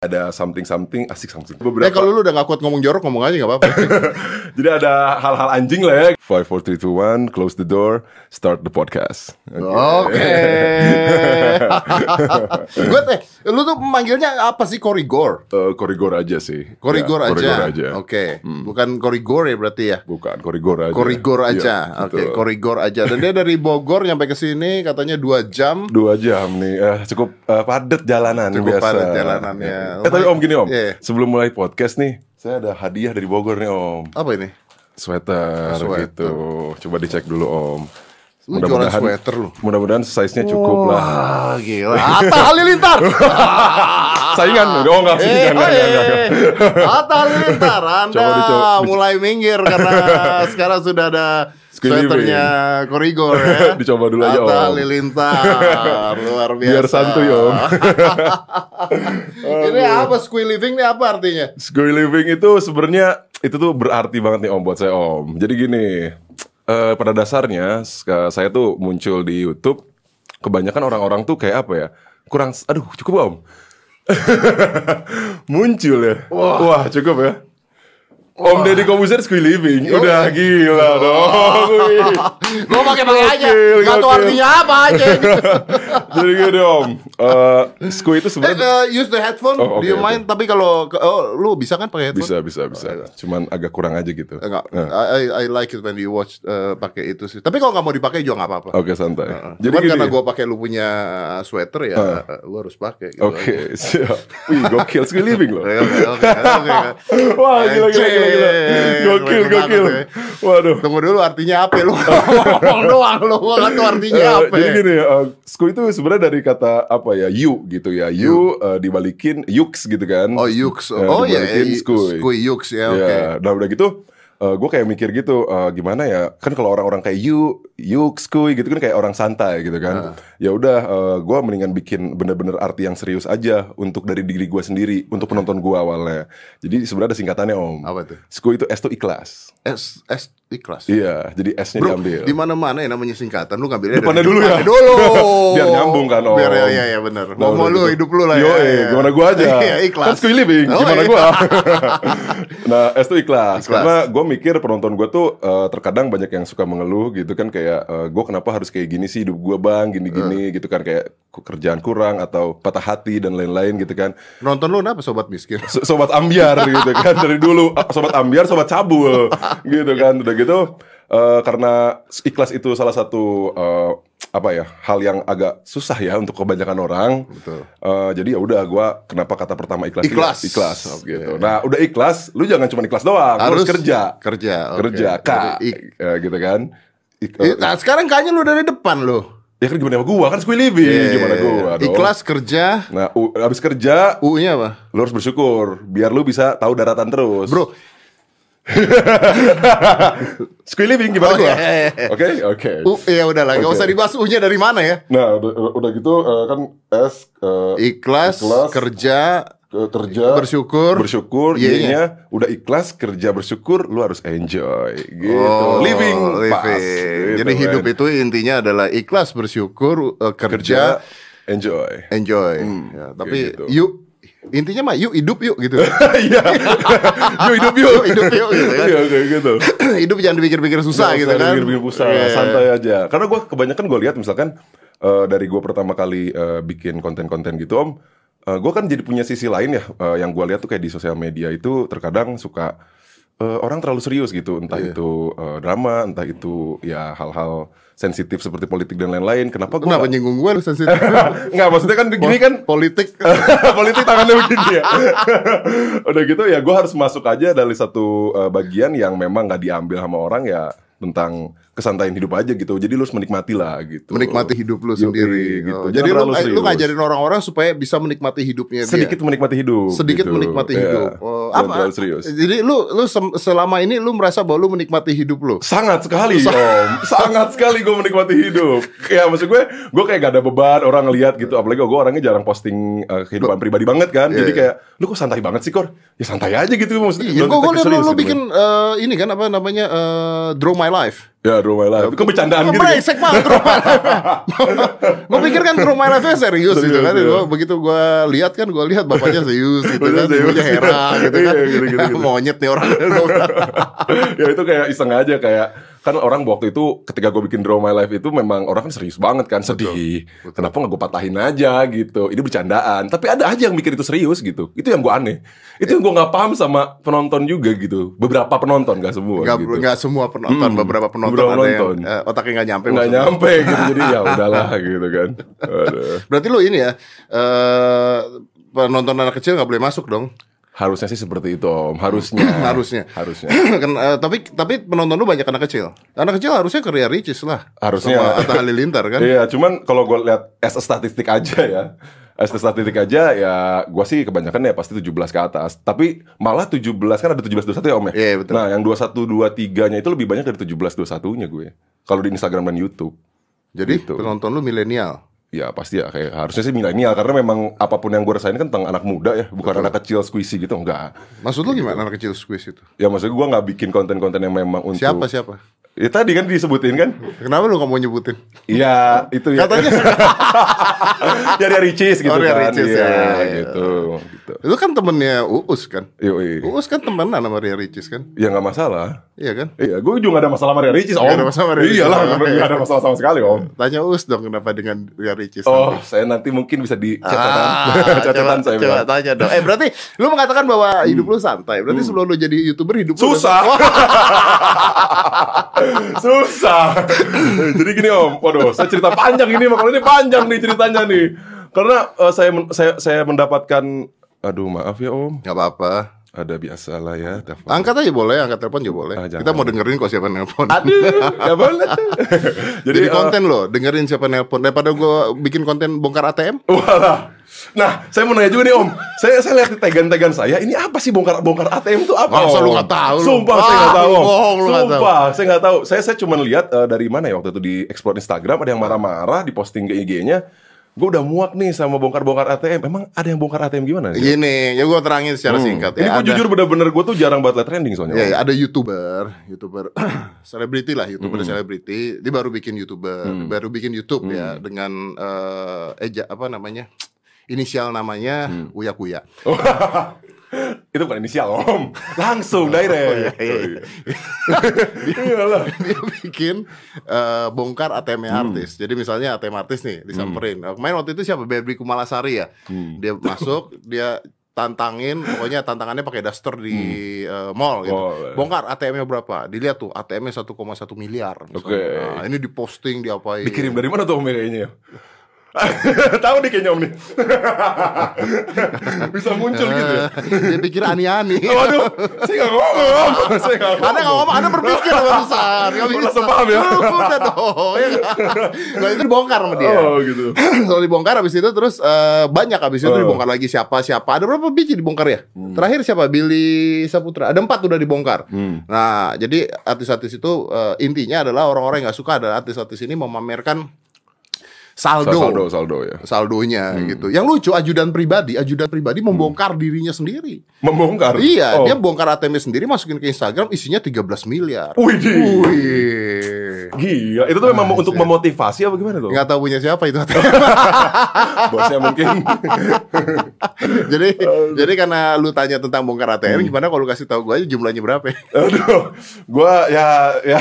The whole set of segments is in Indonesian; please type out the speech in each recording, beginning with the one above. ada something something asik something Eh beberapa kalau lu udah gak kuat ngomong jorok ngomong aja gak apa-apa. jadi ada hal-hal anjing lah ya five four three two one close the door start the podcast Oh. Oke. Gue teh, eh, lu tuh manggilnya apa sih korigor? Eh, korigor aja sih Korigor Ya, aja. korigor aja Hmm. Oke. Bukan korigor ya berarti ya. bukan korigor aja Korigor Iya, aja. Oke, betul. korigor aja. Dan dia dari Bogor nyampe ke sini katanya dua jam. dua jam nih eh, cukup eh, padat jalanan Cukup biasa padat jalanannya. eh tapi om gini om Iya. sebelum mulai podcast nih saya ada hadiah dari Bogor nih om Apa ini? sweater, Sweater. gitu coba dicek dulu om Lu jualan sweater lu. mudah-mudahan size-nya cukup lah Wah, gila. Atta Halilintar. saingan oh enggak sih Eh, enggak, enggak, enggak, enggak. eh, Atta Halilintar, Anda Coba dicoba. mulai minggir karena sekarang sudah ada Skinny sweaternya Korigor ya. Dicoba dulu aja, Atta Om. Halilintar, luar biasa. Biar santuy, Om. ini apa squee living ini apa artinya? Square living itu sebenarnya itu tuh berarti banget nih om buat saya om. Jadi gini, eh pada dasarnya ska- saya tuh muncul di YouTube kebanyakan orang-orang tuh kayak apa ya? Kurang aduh cukup om. muncul ya. Wah. cukup ya. Om Deddy Kobuzer Square Living Udah gila dong wih. Gua pakai-pakai aja. Gokil, Enggak tahu gokil. artinya apa aja. Jadi gini om eh Square itu Eh, sebenarnya eh, use the headphone. Oh, oke, Do you oke. mind? Tapi kalau oh, lu bisa kan pakai headphone? Bisa bisa bisa Cuman agak kurang aja gitu iya. Enggak, Eh, I, I- I like it when you watch eh, pakai itu sih. Tapi kalau nggak mau dipakai juga nggak apa-apa. Oke santai Jadi gini. Ah. karena gua pakai lu punya sweater ya, eh, lu harus pakai. Gitu Oke, siap. Wih, gokil Square Living loh. Oke, oke, oke, oke. Wah, gila, gila, gila, gila. Anjing. Gokil, Keren gokil. banget, ya. Waduh. Tunggu dulu artinya apa ya, lu? Ngomong doang lu, gua nggak tahu artinya Eh, apa. ya? jadi gini, eh, sku itu sebenarnya dari kata apa ya, you gitu ya, you eh, dibalikin yuks gitu kan. Oh, Yux. Eh, Oh ya, dibalikin skuy. Skuy Yux ya, Ya, oke. nah udah gitu, gue kayak mikir gitu, eh, gimana ya? Kan kalau orang-orang kayak you, you, skuy gitu kan kayak orang santai gitu kan. Ya udah, gue mendingan bikin bener-bener arti yang serius aja untuk dari diri gue sendiri, untuk penonton gue awalnya. Jadi sebenarnya ada singkatannya om. Apa tuh? Skuy itu S tuh ikhlas. S S ikhlas. Iya, jadi S-nya Bro, diambil. di mana-mana yang namanya singkatan lu ngambilnya Depannya dari dulu ya? depannya dulu. Biar nyambung kan, Om. Biar ya ya, ya benar. Nah, Mau mau udah lu gitu. hidup lu lah Yo, ya. eh, ya. gimana gua aja? Iya, ikhlas. Kan squee living, Oh, gimana iya. gua? nah, S tuh ikhlas. Ikhlas. Karena gua mikir penonton gua tuh eh, terkadang banyak yang suka mengeluh gitu kan kayak eh, gua kenapa harus kayak gini sih hidup gua Bang, gini-gini Eh. gitu kan kayak ku- kerjaan kurang atau patah hati dan lain-lain gitu kan. Nonton lu kenapa sobat miskin? So- sobat ambiar gitu kan dari dulu Ah, sobat ambiar sobat cabul gitu kan udah gitu eh, karena ikhlas itu salah satu eh, apa ya hal yang agak susah ya untuk kebanyakan orang Betul. Eh, jadi ya udah gua kenapa kata pertama ikhlas itu Ikhlas. Iya. ya ikhlas gitu nah udah ikhlas lu jangan cuma ikhlas doang lu harus kerja Kerja. oke. kerja k Dari ik- Eh, gitu kan Ik- Eh, eh, Nah, sekarang kayaknya lu dari depan lu. Iya, ya kan gimana sama gua kan squee living gimana gua dong. Ikhlas kerja. nah u- abis kerja U-nya apa? lu harus bersyukur biar lu bisa tahu daratan terus Bro, Squee Living gimana Oh, gua? iya, iya, iya. Oke, oke. U ya udah lah, nggak Oke. usah dibahas U-nya dari mana ya. Nah, udah, udah gitu eh, kan S eh, Ikhlas, Ikhlas. kerja, ke- kerja bersyukur. bersyukur Iya, Y-nya udah ikhlas kerja bersyukur lu harus enjoy gitu. Oh, living, pas. living. gitu, Jadi kan. hidup itu intinya adalah ikhlas, bersyukur, eh, kerja kerja, enjoy. enjoy. Ya, tapi kayak gitu. yuk intinya mah yuk hidup yuk gitu. Iya. yuk hidup yuk. Yuk, hidup, yuk, gitu kan. Iya kayak gitu. hidup jangan dipikir-pikir susah gitu kan. Bikin pusat, Iya. santai aja. Karena gue kebanyakan gue lihat misalkan eh, dari gue pertama kali eh, bikin konten-konten gitu om, gue kan jadi punya sisi lain ya eh, yang gue lihat tuh kayak di sosial media itu terkadang suka eh, orang terlalu serius gitu, entah Iya. itu eh, drama, entah itu ya hal-hal sensitif seperti politik dan lain-lain. Kenapa gue Kenapa nyinggung gue lu sensitif? nggak maksudnya kan gini kan politik. politik tangannya begini ya. Udah gitu ya gue harus masuk aja dari satu eh, bagian yang memang nggak diambil sama orang ya tentang kesantaian hidup aja gitu. Jadi lu harus menikmati lah gitu. menikmati hidup lu Yoi, sendiri gitu. gitu. Jangan Jadi lu terlalu eh, lu serius. ngajarin orang-orang supaya bisa menikmati hidupnya dia. sedikit menikmati hidup. sedikit gitu. menikmati Iya. hidup. Oh, Jangan terlalu serius. Jadi lu lu sem- selama ini lu merasa bahwa lu menikmati hidup lu. Sangat sekali om, sangat sekali gue menikmati hidup. Ya maksud gue, gue kayak gak ada beban orang ngelihat gitu. Apalagi gue orangnya jarang posting eh, kehidupan pribadi banget kan. Jadi kayak, lu kok santai banget sih Kor? Ya santai aja gitu maksudnya. Jangan Iya, gua gua take it liat lu, serious lu gitu. bikin eh, ini kan apa namanya eh, Draw My Life. Oh, Ya Drew My Life. Itu bercandaan gitu. kan? Brengsek banget True My Life. gue pikir kan True My Life serius Serius, gitu kan. iya. Gua, begitu gue lihat kan gue lihat bapaknya serius gitu Bapaknya kan. serius. Ibunya heran gitu kan. Iya, gitu, gitu, gitu. Monyet nih orang. ya itu kayak iseng aja kayak kan orang waktu itu ketika gue bikin Draw My Life itu memang orang kan serius banget kan sedih. betul. Kenapa nggak gue patahin aja gitu? Ini bercandaan. Tapi ada aja yang mikir itu serius gitu. Itu yang gue aneh. Itu yang gue nggak paham sama penonton juga gitu. Beberapa penonton gak semua. Gak, gitu. gak semua penonton, Hmm, beberapa penonton beberapa ada yang penonton. eh, otaknya gak nyampe. nggak maksudnya. nyampe gitu jadi ya udahlah gitu kan Aduh. Berarti lu ini ya, eh penonton anak kecil gak boleh masuk dong. harusnya sih seperti itu om harusnya Harusnya. harusnya Kan, eh, tapi tapi penonton lu banyak anak kecil. Anak kecil harusnya Ria Ricis lah. Harusnya. Sama Atta Halilintar kan. Iya, cuman kalau gue lihat as a statistik aja ya. As a statistik aja ya gua sih kebanyakan ya pasti 17 ke atas. Tapi malah 17 kan ada 17 21 ya Om ya. Iya, betul. Nah, yang 21 23-nya itu lebih banyak dari 17 21-nya gue. Kalau di Instagram dan YouTube. Jadi Gitu. penonton lu milenial. Ya pasti ya kayak harusnya sih milenial karena memang apapun yang gue rasain kan tentang anak muda ya, bukan anak kecil squishy gitu enggak. Maksud Gitu. lu gimana anak kecil squeeze itu? Ya maksudnya gua nggak bikin konten-konten yang memang untuk Siapa siapa? Ya tadi kan disebutin kan? Kenapa lu gak mau nyebutin? Iya, itu ya. Katanya ya dari Ricis gitu Oh, dari kan. Ricis, Iya, ya, ya, ya. gitu. gitu. lu kan temennya Uus kan. Yoi. Uus kan temenan sama Ria Ricis kan? Ya nggak masalah. Iya kan? Iya, gue juga gak ada masalah sama Ria Ricis, Om. Nggak ada masalah sama Ria Ricis. Iyalah, Oh, nggak iya. ada masalah sama sekali, Om. Tanya Uus dong kenapa dengan Ria Ricis. Oh, saya nanti mungkin bisa di catatan. Ah, catatan coba- saya coba bilang. Hmm. tanya dong. Eh berarti lu mengatakan bahwa hidup lu santai. Berarti sebelum lu jadi youtuber hidup lu Susah. Susah. Jadi gini, Om. Waduh, saya cerita panjang ini, makanya ini panjang nih ceritanya nih. Karena eh, saya men- saya saya mendapatkan aduh maaf ya, Om. Gak apa-apa. Ada biasalah ya, telepon. Angkat aja boleh, angkat telepon juga boleh. Ah, jangan. Kita mau dengerin kok siapa nelpon. Aduh, nggak boleh. tuh. Jadi, eh, konten loh, dengerin siapa nelpon. Daripada gua bikin konten bongkar ATM. Walah. Nah, saya mau nanya juga nih Om. Saya saya lihat di tegan-tegan saya, ini apa sih bongkar bongkar ATM itu apa? Om? Masa lu nggak tahu lu? Sumpah Wah, saya nggak tahu. Om. bohong lu nggak tahu. Sumpah saya nggak tahu. Saya saya cuma lihat eh, dari mana ya waktu itu di explore Instagram ada yang marah-marah di posting ke IG-nya. Gue udah muak nih sama bongkar-bongkar ATM. Emang ada yang bongkar ATM gimana? sih? Hmm. Gini, ya gua terangin secara singkat. Iya. Ini ya, gue ada- jujur bener-bener gue tuh jarang banget liat trending soalnya. Ya, Om. ya, ada youtuber, youtuber selebriti lah, youtuber Hmm. selebriti. Dia baru bikin youtuber, baru bikin YouTube ya Hmm. dengan eh eja apa namanya inisial namanya Hmm. Uya Kuya. Itu bukan inisial Om. Langsung direct. Iya Oh, iya, iya, Iyalah. dia bikin eh, bongkar ATM Hmm. artis. Jadi misalnya ATM artis nih disamperin. Eh, Kemarin waktu itu siapa? Bebri Kumalasari ya. Hmm. Dia masuk, dia tantangin, pokoknya tantangannya pakai daster di Hmm. eh, mall gitu. Mall. Bongkar ATM-nya berapa? Dilihat tuh ATM-nya 1,1 miliar. misalnya. Oke. Nah, ini diposting diapain? Dikirim dari mana tuh Om kayaknya? Tahu nih kayaknya Om nih. Bisa muncul gitu ya. Oh, iya. dia pikir ani-ani. Waduh, saya nggak ngomong. Om. Saya nggak ngomong. Anda nggak ngomong, Anda berpikir barusan. Nggak Lu bisa. langsung paham ya? Udah dong. Ya nggak? nah itu dibongkar sama dia. Oh gitu. Kalau dibongkar habis itu terus eh, banyak habis itu Oh. Hmm. dibongkar lagi siapa siapa. Ada berapa biji dibongkar ya? Terakhir siapa? Billy Saputra. Ada empat udah dibongkar. Hmm. Nah jadi artis-artis itu eh, intinya adalah orang-orang yang nggak suka ada artis-artis ini memamerkan Saldo, saldo ya. saldonya gitu. Yang lucu ajudan pribadi, ajudan pribadi membongkar dirinya sendiri. Membongkar. Iya, Hmm. Oh. dia bongkar ATM -nya sendiri masukin ke Instagram isinya 13 miliar. Wih, di. Wih. Gila, itu tuh memang untuk memotivasi apa gimana tuh? Nggak tahu punya siapa itu Bosnya mungkin. jadi jadi karena lu tanya tentang bongkar Hmm. ATM gimana kalau lu kasih tahu gue aja jumlahnya berapa? ya? Aduh, gua ya ya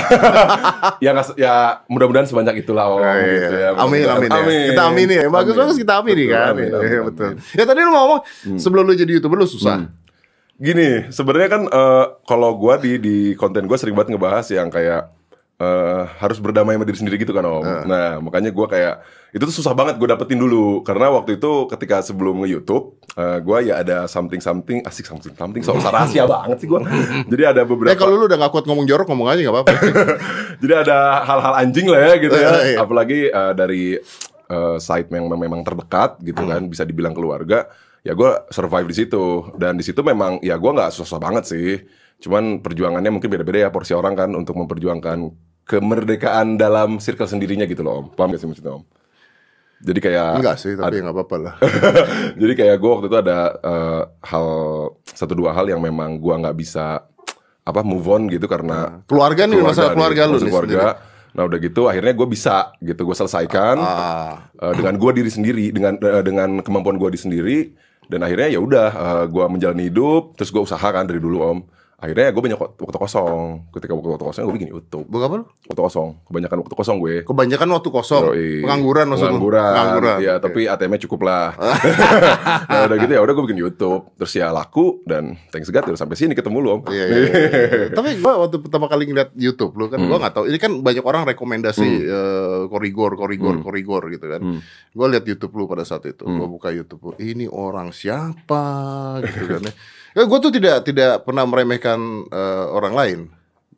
ya, nggak se- ya mudah-mudahan sebanyak itulah om. Oh, iya. gitu ya. amin, Mudah-mudahan. amin, ya. Kita amini ya. Bagus Amin. bagus kita amini Betul, kan. amin, Iya, amin, Hmm. betul. Ya tadi lu mau ngomong sebelum lu jadi YouTuber lu susah. Eh, Gini, sebenarnya kan eh, kalau gua di di konten gua sering banget ngebahas yang kayak eh, harus berdamai sama diri sendiri gitu kan om. Nah makanya gua kayak itu tuh susah banget gua dapetin dulu karena waktu itu ketika sebelum nge YouTube eh, gua ya ada something something asik something something soal rahasia banget sih gua. Jadi ada beberapa. Eh kalau lu udah gak kuat ngomong jorok ngomong aja gak apa-apa. Jadi ada hal-hal anjing lah ya gitu ya. Iya, iya. Apalagi eh, dari eh, side yang mem- memang terdekat gitu Hmm. kan, bisa dibilang keluarga. Ya gue survive di situ dan di situ memang ya gue nggak susah banget sih. Cuman perjuangannya mungkin beda-beda ya porsi orang kan untuk memperjuangkan kemerdekaan dalam circle sendirinya gitu loh om. Paham gak sih maksudnya om? Jadi kayak Enggak sih, tapi gak apa-apa lah. jadi kayak gue waktu itu ada eh, hal satu dua hal yang memang gue nggak bisa apa move on gitu Hmm. karena Keluarga nih masalah keluarga lu masalah nih keluarga. Nah udah gitu akhirnya gue bisa gitu gue selesaikan sendiri. Ah, eh, dengan gue diri sendiri dengan eh, dengan kemampuan gue diri sendiri dan akhirnya ya udah eh, gue menjalani hidup terus gue usahakan dari dulu om akhirnya gue banyak waktu kosong ketika waktu kosong gue bikin YouTube bukan apa lu? waktu kosong kebanyakan waktu kosong gue Kebanyakan waktu kosong, Ya. Yoi. Oh, pengangguran maksud lu? pengangguran, Pengangguran. Ah. Iya, tapi ATM-nya cukup lah. nah, udah gitu ya, udah gue bikin YouTube, terus ya laku dan thanks God udah sampai sini ketemu lu om. Iya, iya, iya. Tapi gua waktu pertama kali ngeliat YouTube lu kan gua Hmm. nggak tahu. Ini kan banyak orang rekomendasi eh, korigor, korigor, korigor gitu kan. Hmm. Gua lihat YouTube lu pada saat itu. Gua buka YouTube lu. Ini orang siapa gitu kan. ya. Ya, gua tuh tidak tidak pernah meremehkan eh, orang lain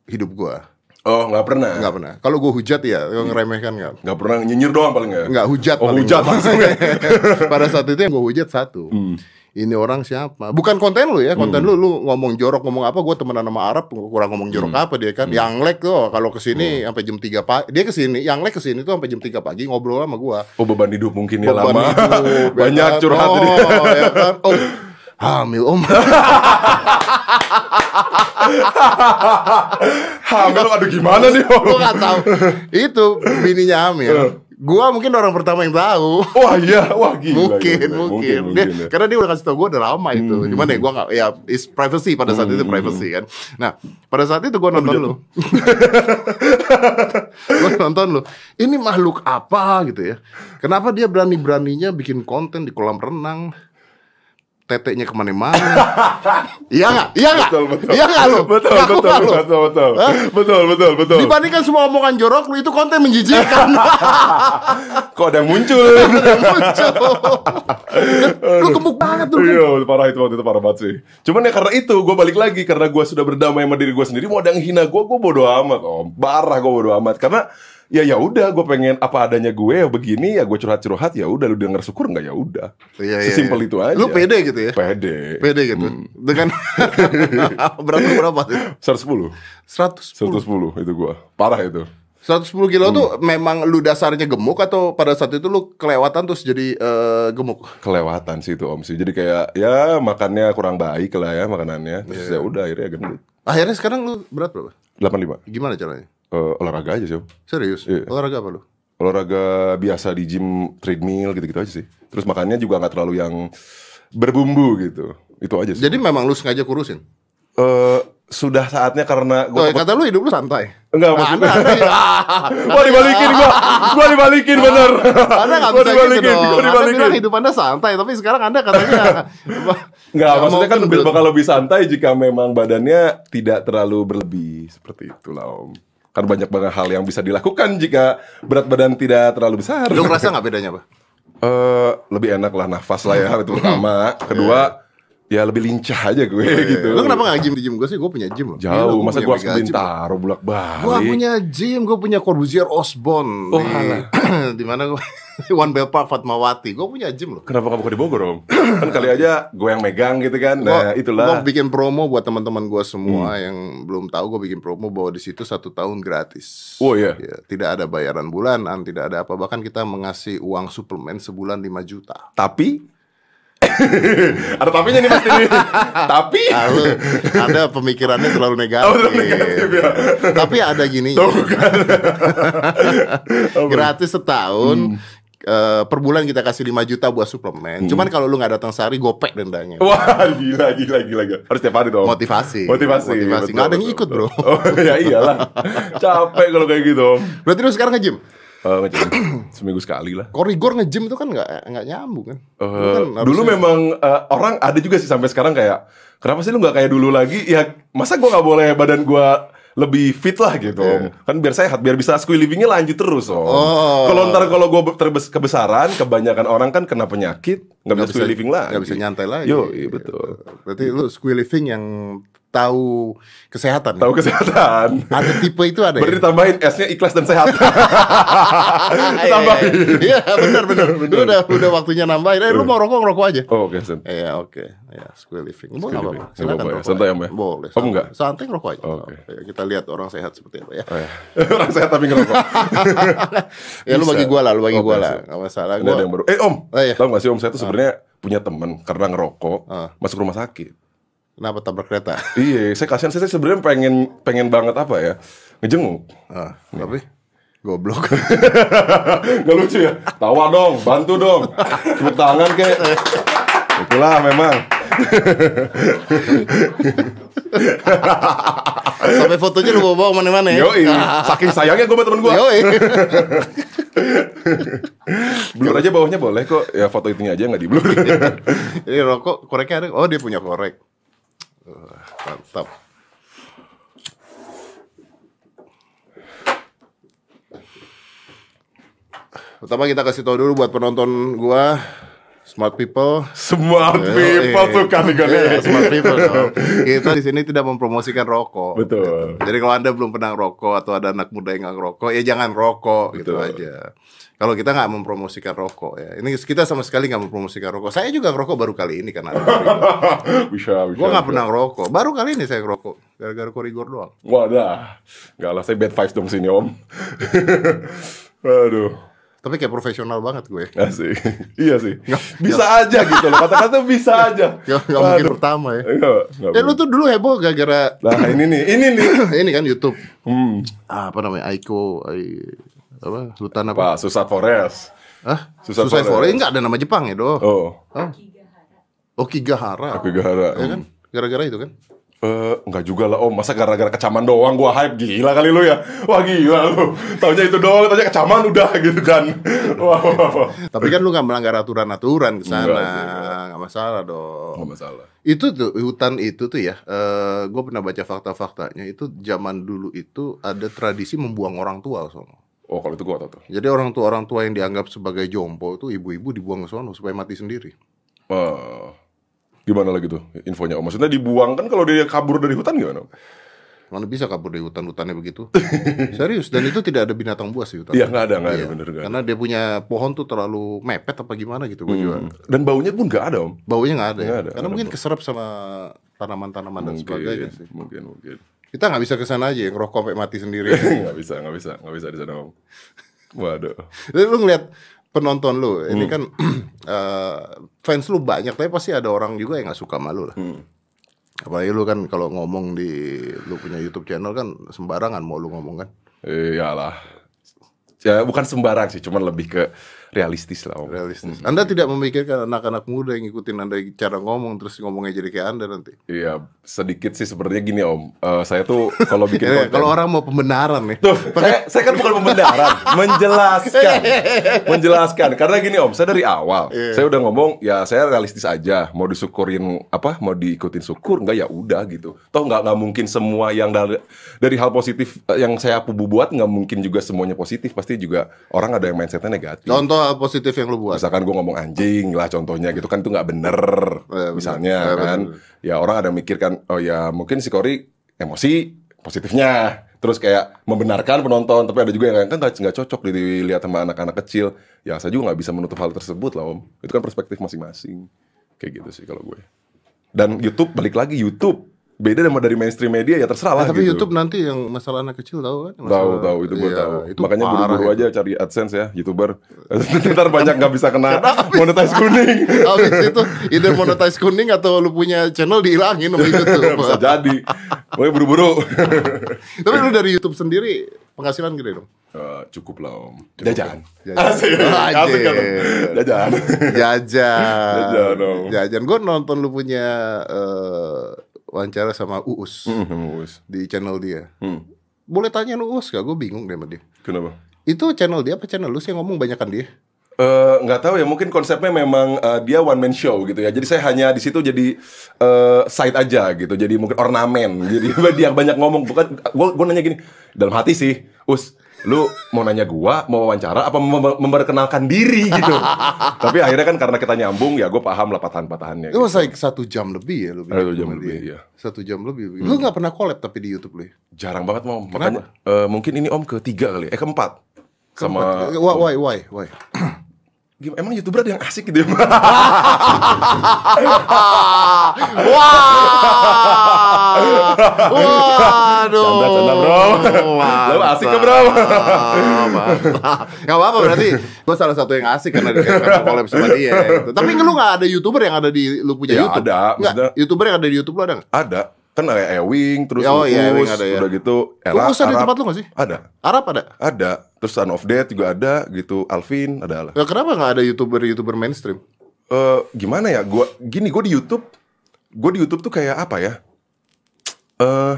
hidup gua. Oh, nggak pernah. Nggak pernah. Kalau gua hujat ya, gua ngeremehkan nggak. Nggak pernah nyinyir doang paling nggak. Nggak hujat Oh, paling hujat gua. langsung ya. Pada saat itu yang gue hujat satu. Hmm. Ini orang siapa? Bukan konten lu ya, konten lu lu ngomong jorok ngomong apa? Gue temenan sama Arab kurang ngomong jorok Hmm. apa dia kan? Yang lek tuh kalau kesini sampai jam 3 pagi. Dia kesini, yang lek kesini tuh sampai jam 3 pagi ngobrol sama gue. Oh beban hidup mungkin ya Beban lama. hidup, Banyak ya kan? curhat oh, tadi. ya kan? Om, hamil oh om. Oh. Hamil Ah, aduh gimana nih om? gue gak tahu. Itu bininya hamil. Hmm. Gua mungkin orang pertama yang tahu. Wah iya, wah gila. mungkin, gila. mungkin, Dia- mungkin, ya. Hmm. karena dia udah kasih tau gue udah lama itu cuman ya gue gak ya is privacy pada saat itu privacy kan nah pada saat itu gue nonton lu gue nonton lu ini makhluk apa gitu ya kenapa dia berani beraninya bikin konten di kolam renang teteknya kemana-mana iya nggak iya ya. nggak Betul, betul. iya nggak lu Betul, betul, Ngaku nggak lu? betul, betul, betul, betul, betul, betul. dibandingkan semua omongan jorok lu itu konten menjijikkan Kok ada yang muncul? Lucu. lu gemuk banget lu Iya, parah itu waktu itu parah banget sih. Cuman ya karena itu gue balik lagi karena gue sudah berdamai sama diri gue sendiri. Mau ada yang hina gue, gue bodo amat. Oh, parah gue bodo amat karena ya ya udah gue pengen apa adanya gue ya begini ya gue curhat curhat ya udah lu denger syukur nggak ya udah Iya, iya, sesimpel iya. itu aja Lu pede gitu ya? pede Pede gitu. Hmm. Dengan berat lu berapa? 110 110. 110 itu gue parah itu 110 kilo Hmm. tuh memang lu dasarnya gemuk atau pada saat itu lu kelewatan terus jadi eh, gemuk? kelewatan sih itu om sih jadi kayak ya makannya kurang baik lah ya Iya, makanannya terus ya udah akhirnya gendut Akhirnya sekarang lu berat berapa? 85 Gimana caranya? Eh, olahraga aja sih om Serius? Iya. Olahraga apa lu? olahraga biasa di gym treadmill gitu-gitu aja sih terus makannya juga nggak terlalu yang berbumbu gitu itu aja sih Jadi memang lu sengaja kurusin? Eh, sudah saatnya karena Oh, gue kata lu hidup lu santai? enggak Nah, maksudnya anda, anda, Ah. Wah dibalikin gua, gua dibalikin bener. anda gak Gua bisa gitu dong gua Anda bilang hidup anda santai Tapi sekarang anda katanya Enggak, maksudnya mau kan lebih gendut. bakal lebih santai jika memang badannya tidak terlalu berlebih seperti itulah om. Kan banyak banget hal yang bisa dilakukan jika berat badan tidak terlalu besar. Lu ngerasa gak bedanya apa? Eh, lebih enak lah nafas lah ya itu pertama. Kedua, ya lebih lincah aja gue gitu. Iya. Lu kenapa gak gym di gym gue sih? Gue punya gym loh. Gila, Jauh, gua masa punya gue harus mega ke gym. Bintaro bulak Gua balik. punya gym, gue punya Corbusier Osborn Oh, alah. di, di mana gue One Bell Park Fatmawati. Gue punya gym loh. Kenapa kamu ke di Bogor om? kan kali aja gue yang megang gitu kan. Nah Gue itulah. Hmm. bikin promo buat teman-teman gue semua yang belum tahu. Gue bikin promo bahwa di situ satu tahun gratis. Oh, iya. Ya, tidak ada bayaran bulanan, tidak ada apa. Bahkan kita mengasih uang suplemen sebulan 5 juta. Tapi ada tapinya nih pasti nih. Tapi Ah, lu ada pemikirannya terlalu negatif. Oh, ya. Tapi ada gini. Gratis Hmm. setahun. eh, per bulan kita kasih 5 juta buat suplemen. Cuman Hmm. kalau lu nggak datang sehari gopek dendanya. Wah gila gila gila gila. Harus tiap hari dong. Motivasi. Motivasi. Motivasi. betul, Nggak ada yang betul, ikut, betul. bro. Oh, ya iyalah. Capek kalau kayak gitu. Om. Berarti lu sekarang nge-gym. Eh, macam seminggu sekali lah. Korigor nge-gym itu kan nggak nggak nyambung kan. Eh, Lu kan dulu harusnya- memang eh, orang ada juga sih sampai sekarang kayak kenapa sih lu nggak kayak dulu lagi? Ya masa gua nggak boleh badan gua lebih fit lah gitu. Om. Kan biar sehat, biar bisa squee livingnya lanjut terus. Om. Iya. Oh. Kalau ntar kalau gua terbes kebesaran, kebanyakan orang kan kena penyakit nggak bisa Nggak squee living lagi. nggak bisa nyantai lagi. Yo, iya betul. Berarti lu squee living yang tahu kesehatan. Tahu kesehatan. Ada tipe itu ada. ya? Berarti tambahin S-nya ikhlas dan sehat. Tambahin. Iya benar benar. Lu udah udah waktunya nambahin. Eh lu mau rokok ngerokok aja. Oh, oke, Sen. Iya oke. Ya square living. Mau Square nggak living. apa-apa. Nggak Silakan apa-apa ya. rokok Santai aja. ya, Mbak? Boleh. Apa nggak? Santai ngerokok aja. Oke. Ya, Kita lihat orang sehat seperti apa ya. Oh, ya. Orang sehat tapi ngerokok. Ya lu Bisa. bagi gua lah, lu bagi Oke, gua sip. lah. Enggak masalah Ini gua. ada yang baru. Eh, Om. Oh, iya. Tahu gak sih Om, saya tuh sebenarnya punya temen karena ngerokok Ah. masuk rumah sakit. Kenapa tabrak kereta? Iya, saya kasihan saya, saya sebenarnya pengen pengen banget apa ya? Ngejenguk. Ah, tapi goblok. Gak lucu ya? Tawa dong, bantu dong. Tepuk tangan kek. Itulah memang. Sampai fotonya lu bawa mana-mana ya. Yoi, saking sayangnya gue sama temen gue. Yoi. Blur aja bawahnya boleh kok. Ya foto itunya aja nggak di blur. Ini rokok koreknya ada. Oh, dia punya korek. Wah, Mantap. Pertama kita kasih tahu dulu buat penonton gua Smart People. Smart people Yoi. tuh kali Iya, kali. Smart People. dong. Kita di sini tidak mempromosikan rokok. Betul. Jadi kalau anda belum pernah rokok atau ada anak muda yang nggak ngerokok, ya jangan rokok gitu Betul. aja. Kalau kita nggak mempromosikan rokok ya, ini kita sama sekali nggak mempromosikan rokok. Saya juga ngerokok baru kali ini kan ada. Korigor. Bisa, bisa. Gua nggak pernah ngerokok, baru kali ini saya ngerokok gara-gara korigor doang. Wadah. Gak lah, saya bad vibes dong sini om. Aduh. Tapi kayak profesional banget gue. Asik. iya sih. Bisa aja gitu loh. Kata-kata bisa aja. Gak, nggak mungkin Aduh. pertama ya. Enggak, enggak Ya lu tuh dulu heboh gara-gara Nah ini nih, ini nih. ini kan YouTube Hmm. Ah, apa namanya Aiko I- apa hutan apa? Pak Susat Forest. Hah? Suicide Suicide Forest. Forest. Enggak ada nama Jepang ya, doh. Oh, Okigahara. aku gara. Ya kan? Gara-gara itu kan? Hmm. Eh, enggak juga lah om, masa gara-gara kecaman doang gua hype gila kali lu ya. Wah gila lu. Taunya itu doang, taunya kecaman udah gitu kan. Wah, wah, wah. Tapi kan lu nggak melanggar aturan-aturan ke sana, Enggak sih, nggak masalah dong. Enggak masalah. Itu tuh hutan itu tuh ya, eh gue pernah baca fakta-faktanya itu zaman dulu itu ada tradisi membuang orang tua ke sono. Oh, kalau itu gua tau tuh. Jadi orang tua orang tua yang dianggap sebagai jompo itu ibu-ibu dibuang ke sono supaya mati sendiri. Eh, gimana lagi tuh infonya om? Maksudnya dibuang kan kalau dia kabur dari hutan gimana? Om? Mana bisa kabur dari hutan-hutannya begitu? Serius dan itu tidak ada binatang buas di hutan. Iya, nggak ada, nggak ada Iya. bener nggak ada. Karena dia punya pohon tuh terlalu mepet apa gimana gitu gue juga. Hmm. Dan baunya pun nggak ada om. Baunya nggak ada, ya? Nggak ada, Karena ada mungkin keserap sama tanaman-tanaman dan Mungkin, sebagainya sih. mungkin, mungkin. Kita nggak bisa ke sana aja yang rokok sampai mati sendiri. Nggak bisa, nggak bisa, nggak bisa di sana om. Waduh. Jadi lu ngeliat penonton lu, ini Hmm. kan eh, fans lu banyak, tapi pasti ada orang juga yang nggak suka sama lu lah. Hmm. Apalagi lu kan kalau ngomong di lu punya YouTube channel kan sembarangan mau lu ngomong kan Iyalah. Ya bukan sembarang sih, cuman lebih ke realistis lah om. realistis. Hmm. Anda tidak memikirkan anak-anak muda yang ngikutin anda cara ngomong terus ngomongnya jadi kayak anda nanti. Iya, sedikit sih sepertinya gini om. Eh, saya tuh kalau bikin Ya, konten, kalau orang mau pembenaran nih. tuh, saya, saya kan bukan pembenaran, menjelaskan, menjelaskan. Karena gini om, saya dari awal, saya udah ngomong ya saya realistis aja. Mau disyukurin apa, mau diikutin syukur nggak ya udah gitu. Toh nggak nggak mungkin semua yang dari, dari hal positif eh, yang saya pubu buat nggak mungkin juga semuanya positif. Pasti juga orang ada yang mindsetnya negatif. Contoh hal positif yang lu buat. misalkan gue ngomong anjing lah contohnya gitu kan itu nggak bener bener. misalnya Ya, bener, kan ya orang ada mikir kan oh ya mungkin si Kori emosi positifnya terus kayak membenarkan penonton tapi ada juga yang kan nggak nggak cocok dilihat sama anak-anak kecil ya saya juga nggak bisa menutup hal tersebut lah om itu kan perspektif masing-masing kayak gitu sih kalau gue dan YouTube balik lagi YouTube beda sama dari mainstream media ya terserah lah Nah, tapi gitu. YouTube nanti yang masalah anak kecil tahu Tahu kan? Masalah- tahu itu gue Iya, tahu. itu Makanya parah buru-buru itu. aja cari AdSense ya, YouTuber. Ntar banyak nggak bisa kena monetize kuning. Habis Oh, gitu, itu either monetize kuning atau lu punya channel dihilangin sama YouTube. bisa jadi. Pokoknya buru-buru. tapi lu dari YouTube sendiri penghasilan gede dong. Eh, cukup lah om. Jajan. Jajan. Asik. Asik kan? Anjir. Jajan. Jajan. Jajan dong. Jajan. Gue nonton lu punya eh, wawancara sama Uus Mampus. di channel dia. Hmm. Boleh tanya Uus gak? Gue bingung deh sama dia. Kenapa? Itu channel dia apa channel lu sih yang ngomong banyakan dia? Eh, nggak tahu ya mungkin konsepnya memang eh, dia one man show gitu ya jadi saya hanya di situ jadi eh, side aja gitu jadi mungkin ornamen jadi dia yang banyak ngomong bukan gua gua nanya gini dalam hati sih us lu mau nanya gua mau wawancara apa mem- memperkenalkan diri gitu tapi akhirnya kan karena kita nyambung ya gua paham lah patahan-patahannya Itu masa satu jam lebih ya lu bilang Satu jam sama lebih, dia. iya. Hmm. Satu jam lebih. Lu gak pernah collab tapi di YouTube lu ya? jarang banget mau makanya eh, mungkin ini om ketiga kali eh keempat sama Keempat. ya? why why why why? Gim- emang youtuber ada yang asik gitu ya Ah, Wah! Waduh. Canda, canda, bro. Mantap. Lo asik ke, bro? Mantap. Gak apa-apa berarti gue salah satu yang asik karena di- karena collab sama dia. Gitu. Tapi lu gak ada youtuber yang ada di lu punya Ya, YouTube? ada. Nggak, Maksudnya- youtuber yang ada di YouTube lu ada gak? Ada. Kan ada Ewing, terus Oh, iya, Uus, Ewing ada, ya. udah gitu. Ella, Lu usah di Arab. tempat lu gak sih? Ada. Arab ada. Ada. Terus Son of Death juga ada gitu. Alvin, ada lah. Nah, kenapa gak ada youtuber-youtuber mainstream? Eh, gimana ya? Gua gini, gue di YouTube, gue di YouTube tuh kayak apa ya? Eh,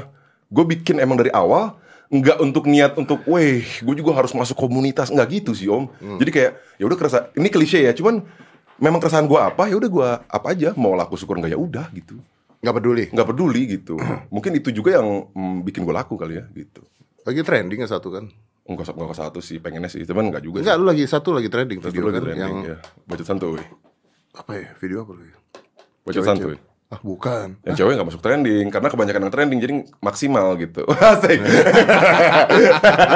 gue bikin emang dari awal nggak untuk niat untuk, weh, gue juga harus masuk komunitas nggak gitu sih om. Hmm. Jadi kayak ya udah kerasa. Ini klise ya, cuman memang keresahan gue apa ya udah gue apa aja mau laku syukur nggak ya udah gitu Gak peduli. nggak peduli gitu mungkin itu juga yang mm, bikin gue laku kali ya gitu Lagi trending yang satu kan? Enggak, enggak ke satu sih, pengennya sih, cuman enggak juga Enggak, sih. lu lagi satu lagi trending Terus video dulu lagi kan? yang trending ya. Bacot santuy. apa ya? Video apa lagi? Bacot Cewek-cewek. santuy. Ah, bukan. Yang Eh, cewek enggak masuk trending karena kebanyakan yang trending jadi maksimal gitu. Asik.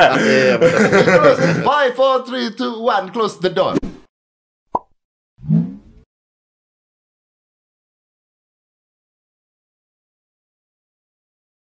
Five, four, three, two, one, close the door.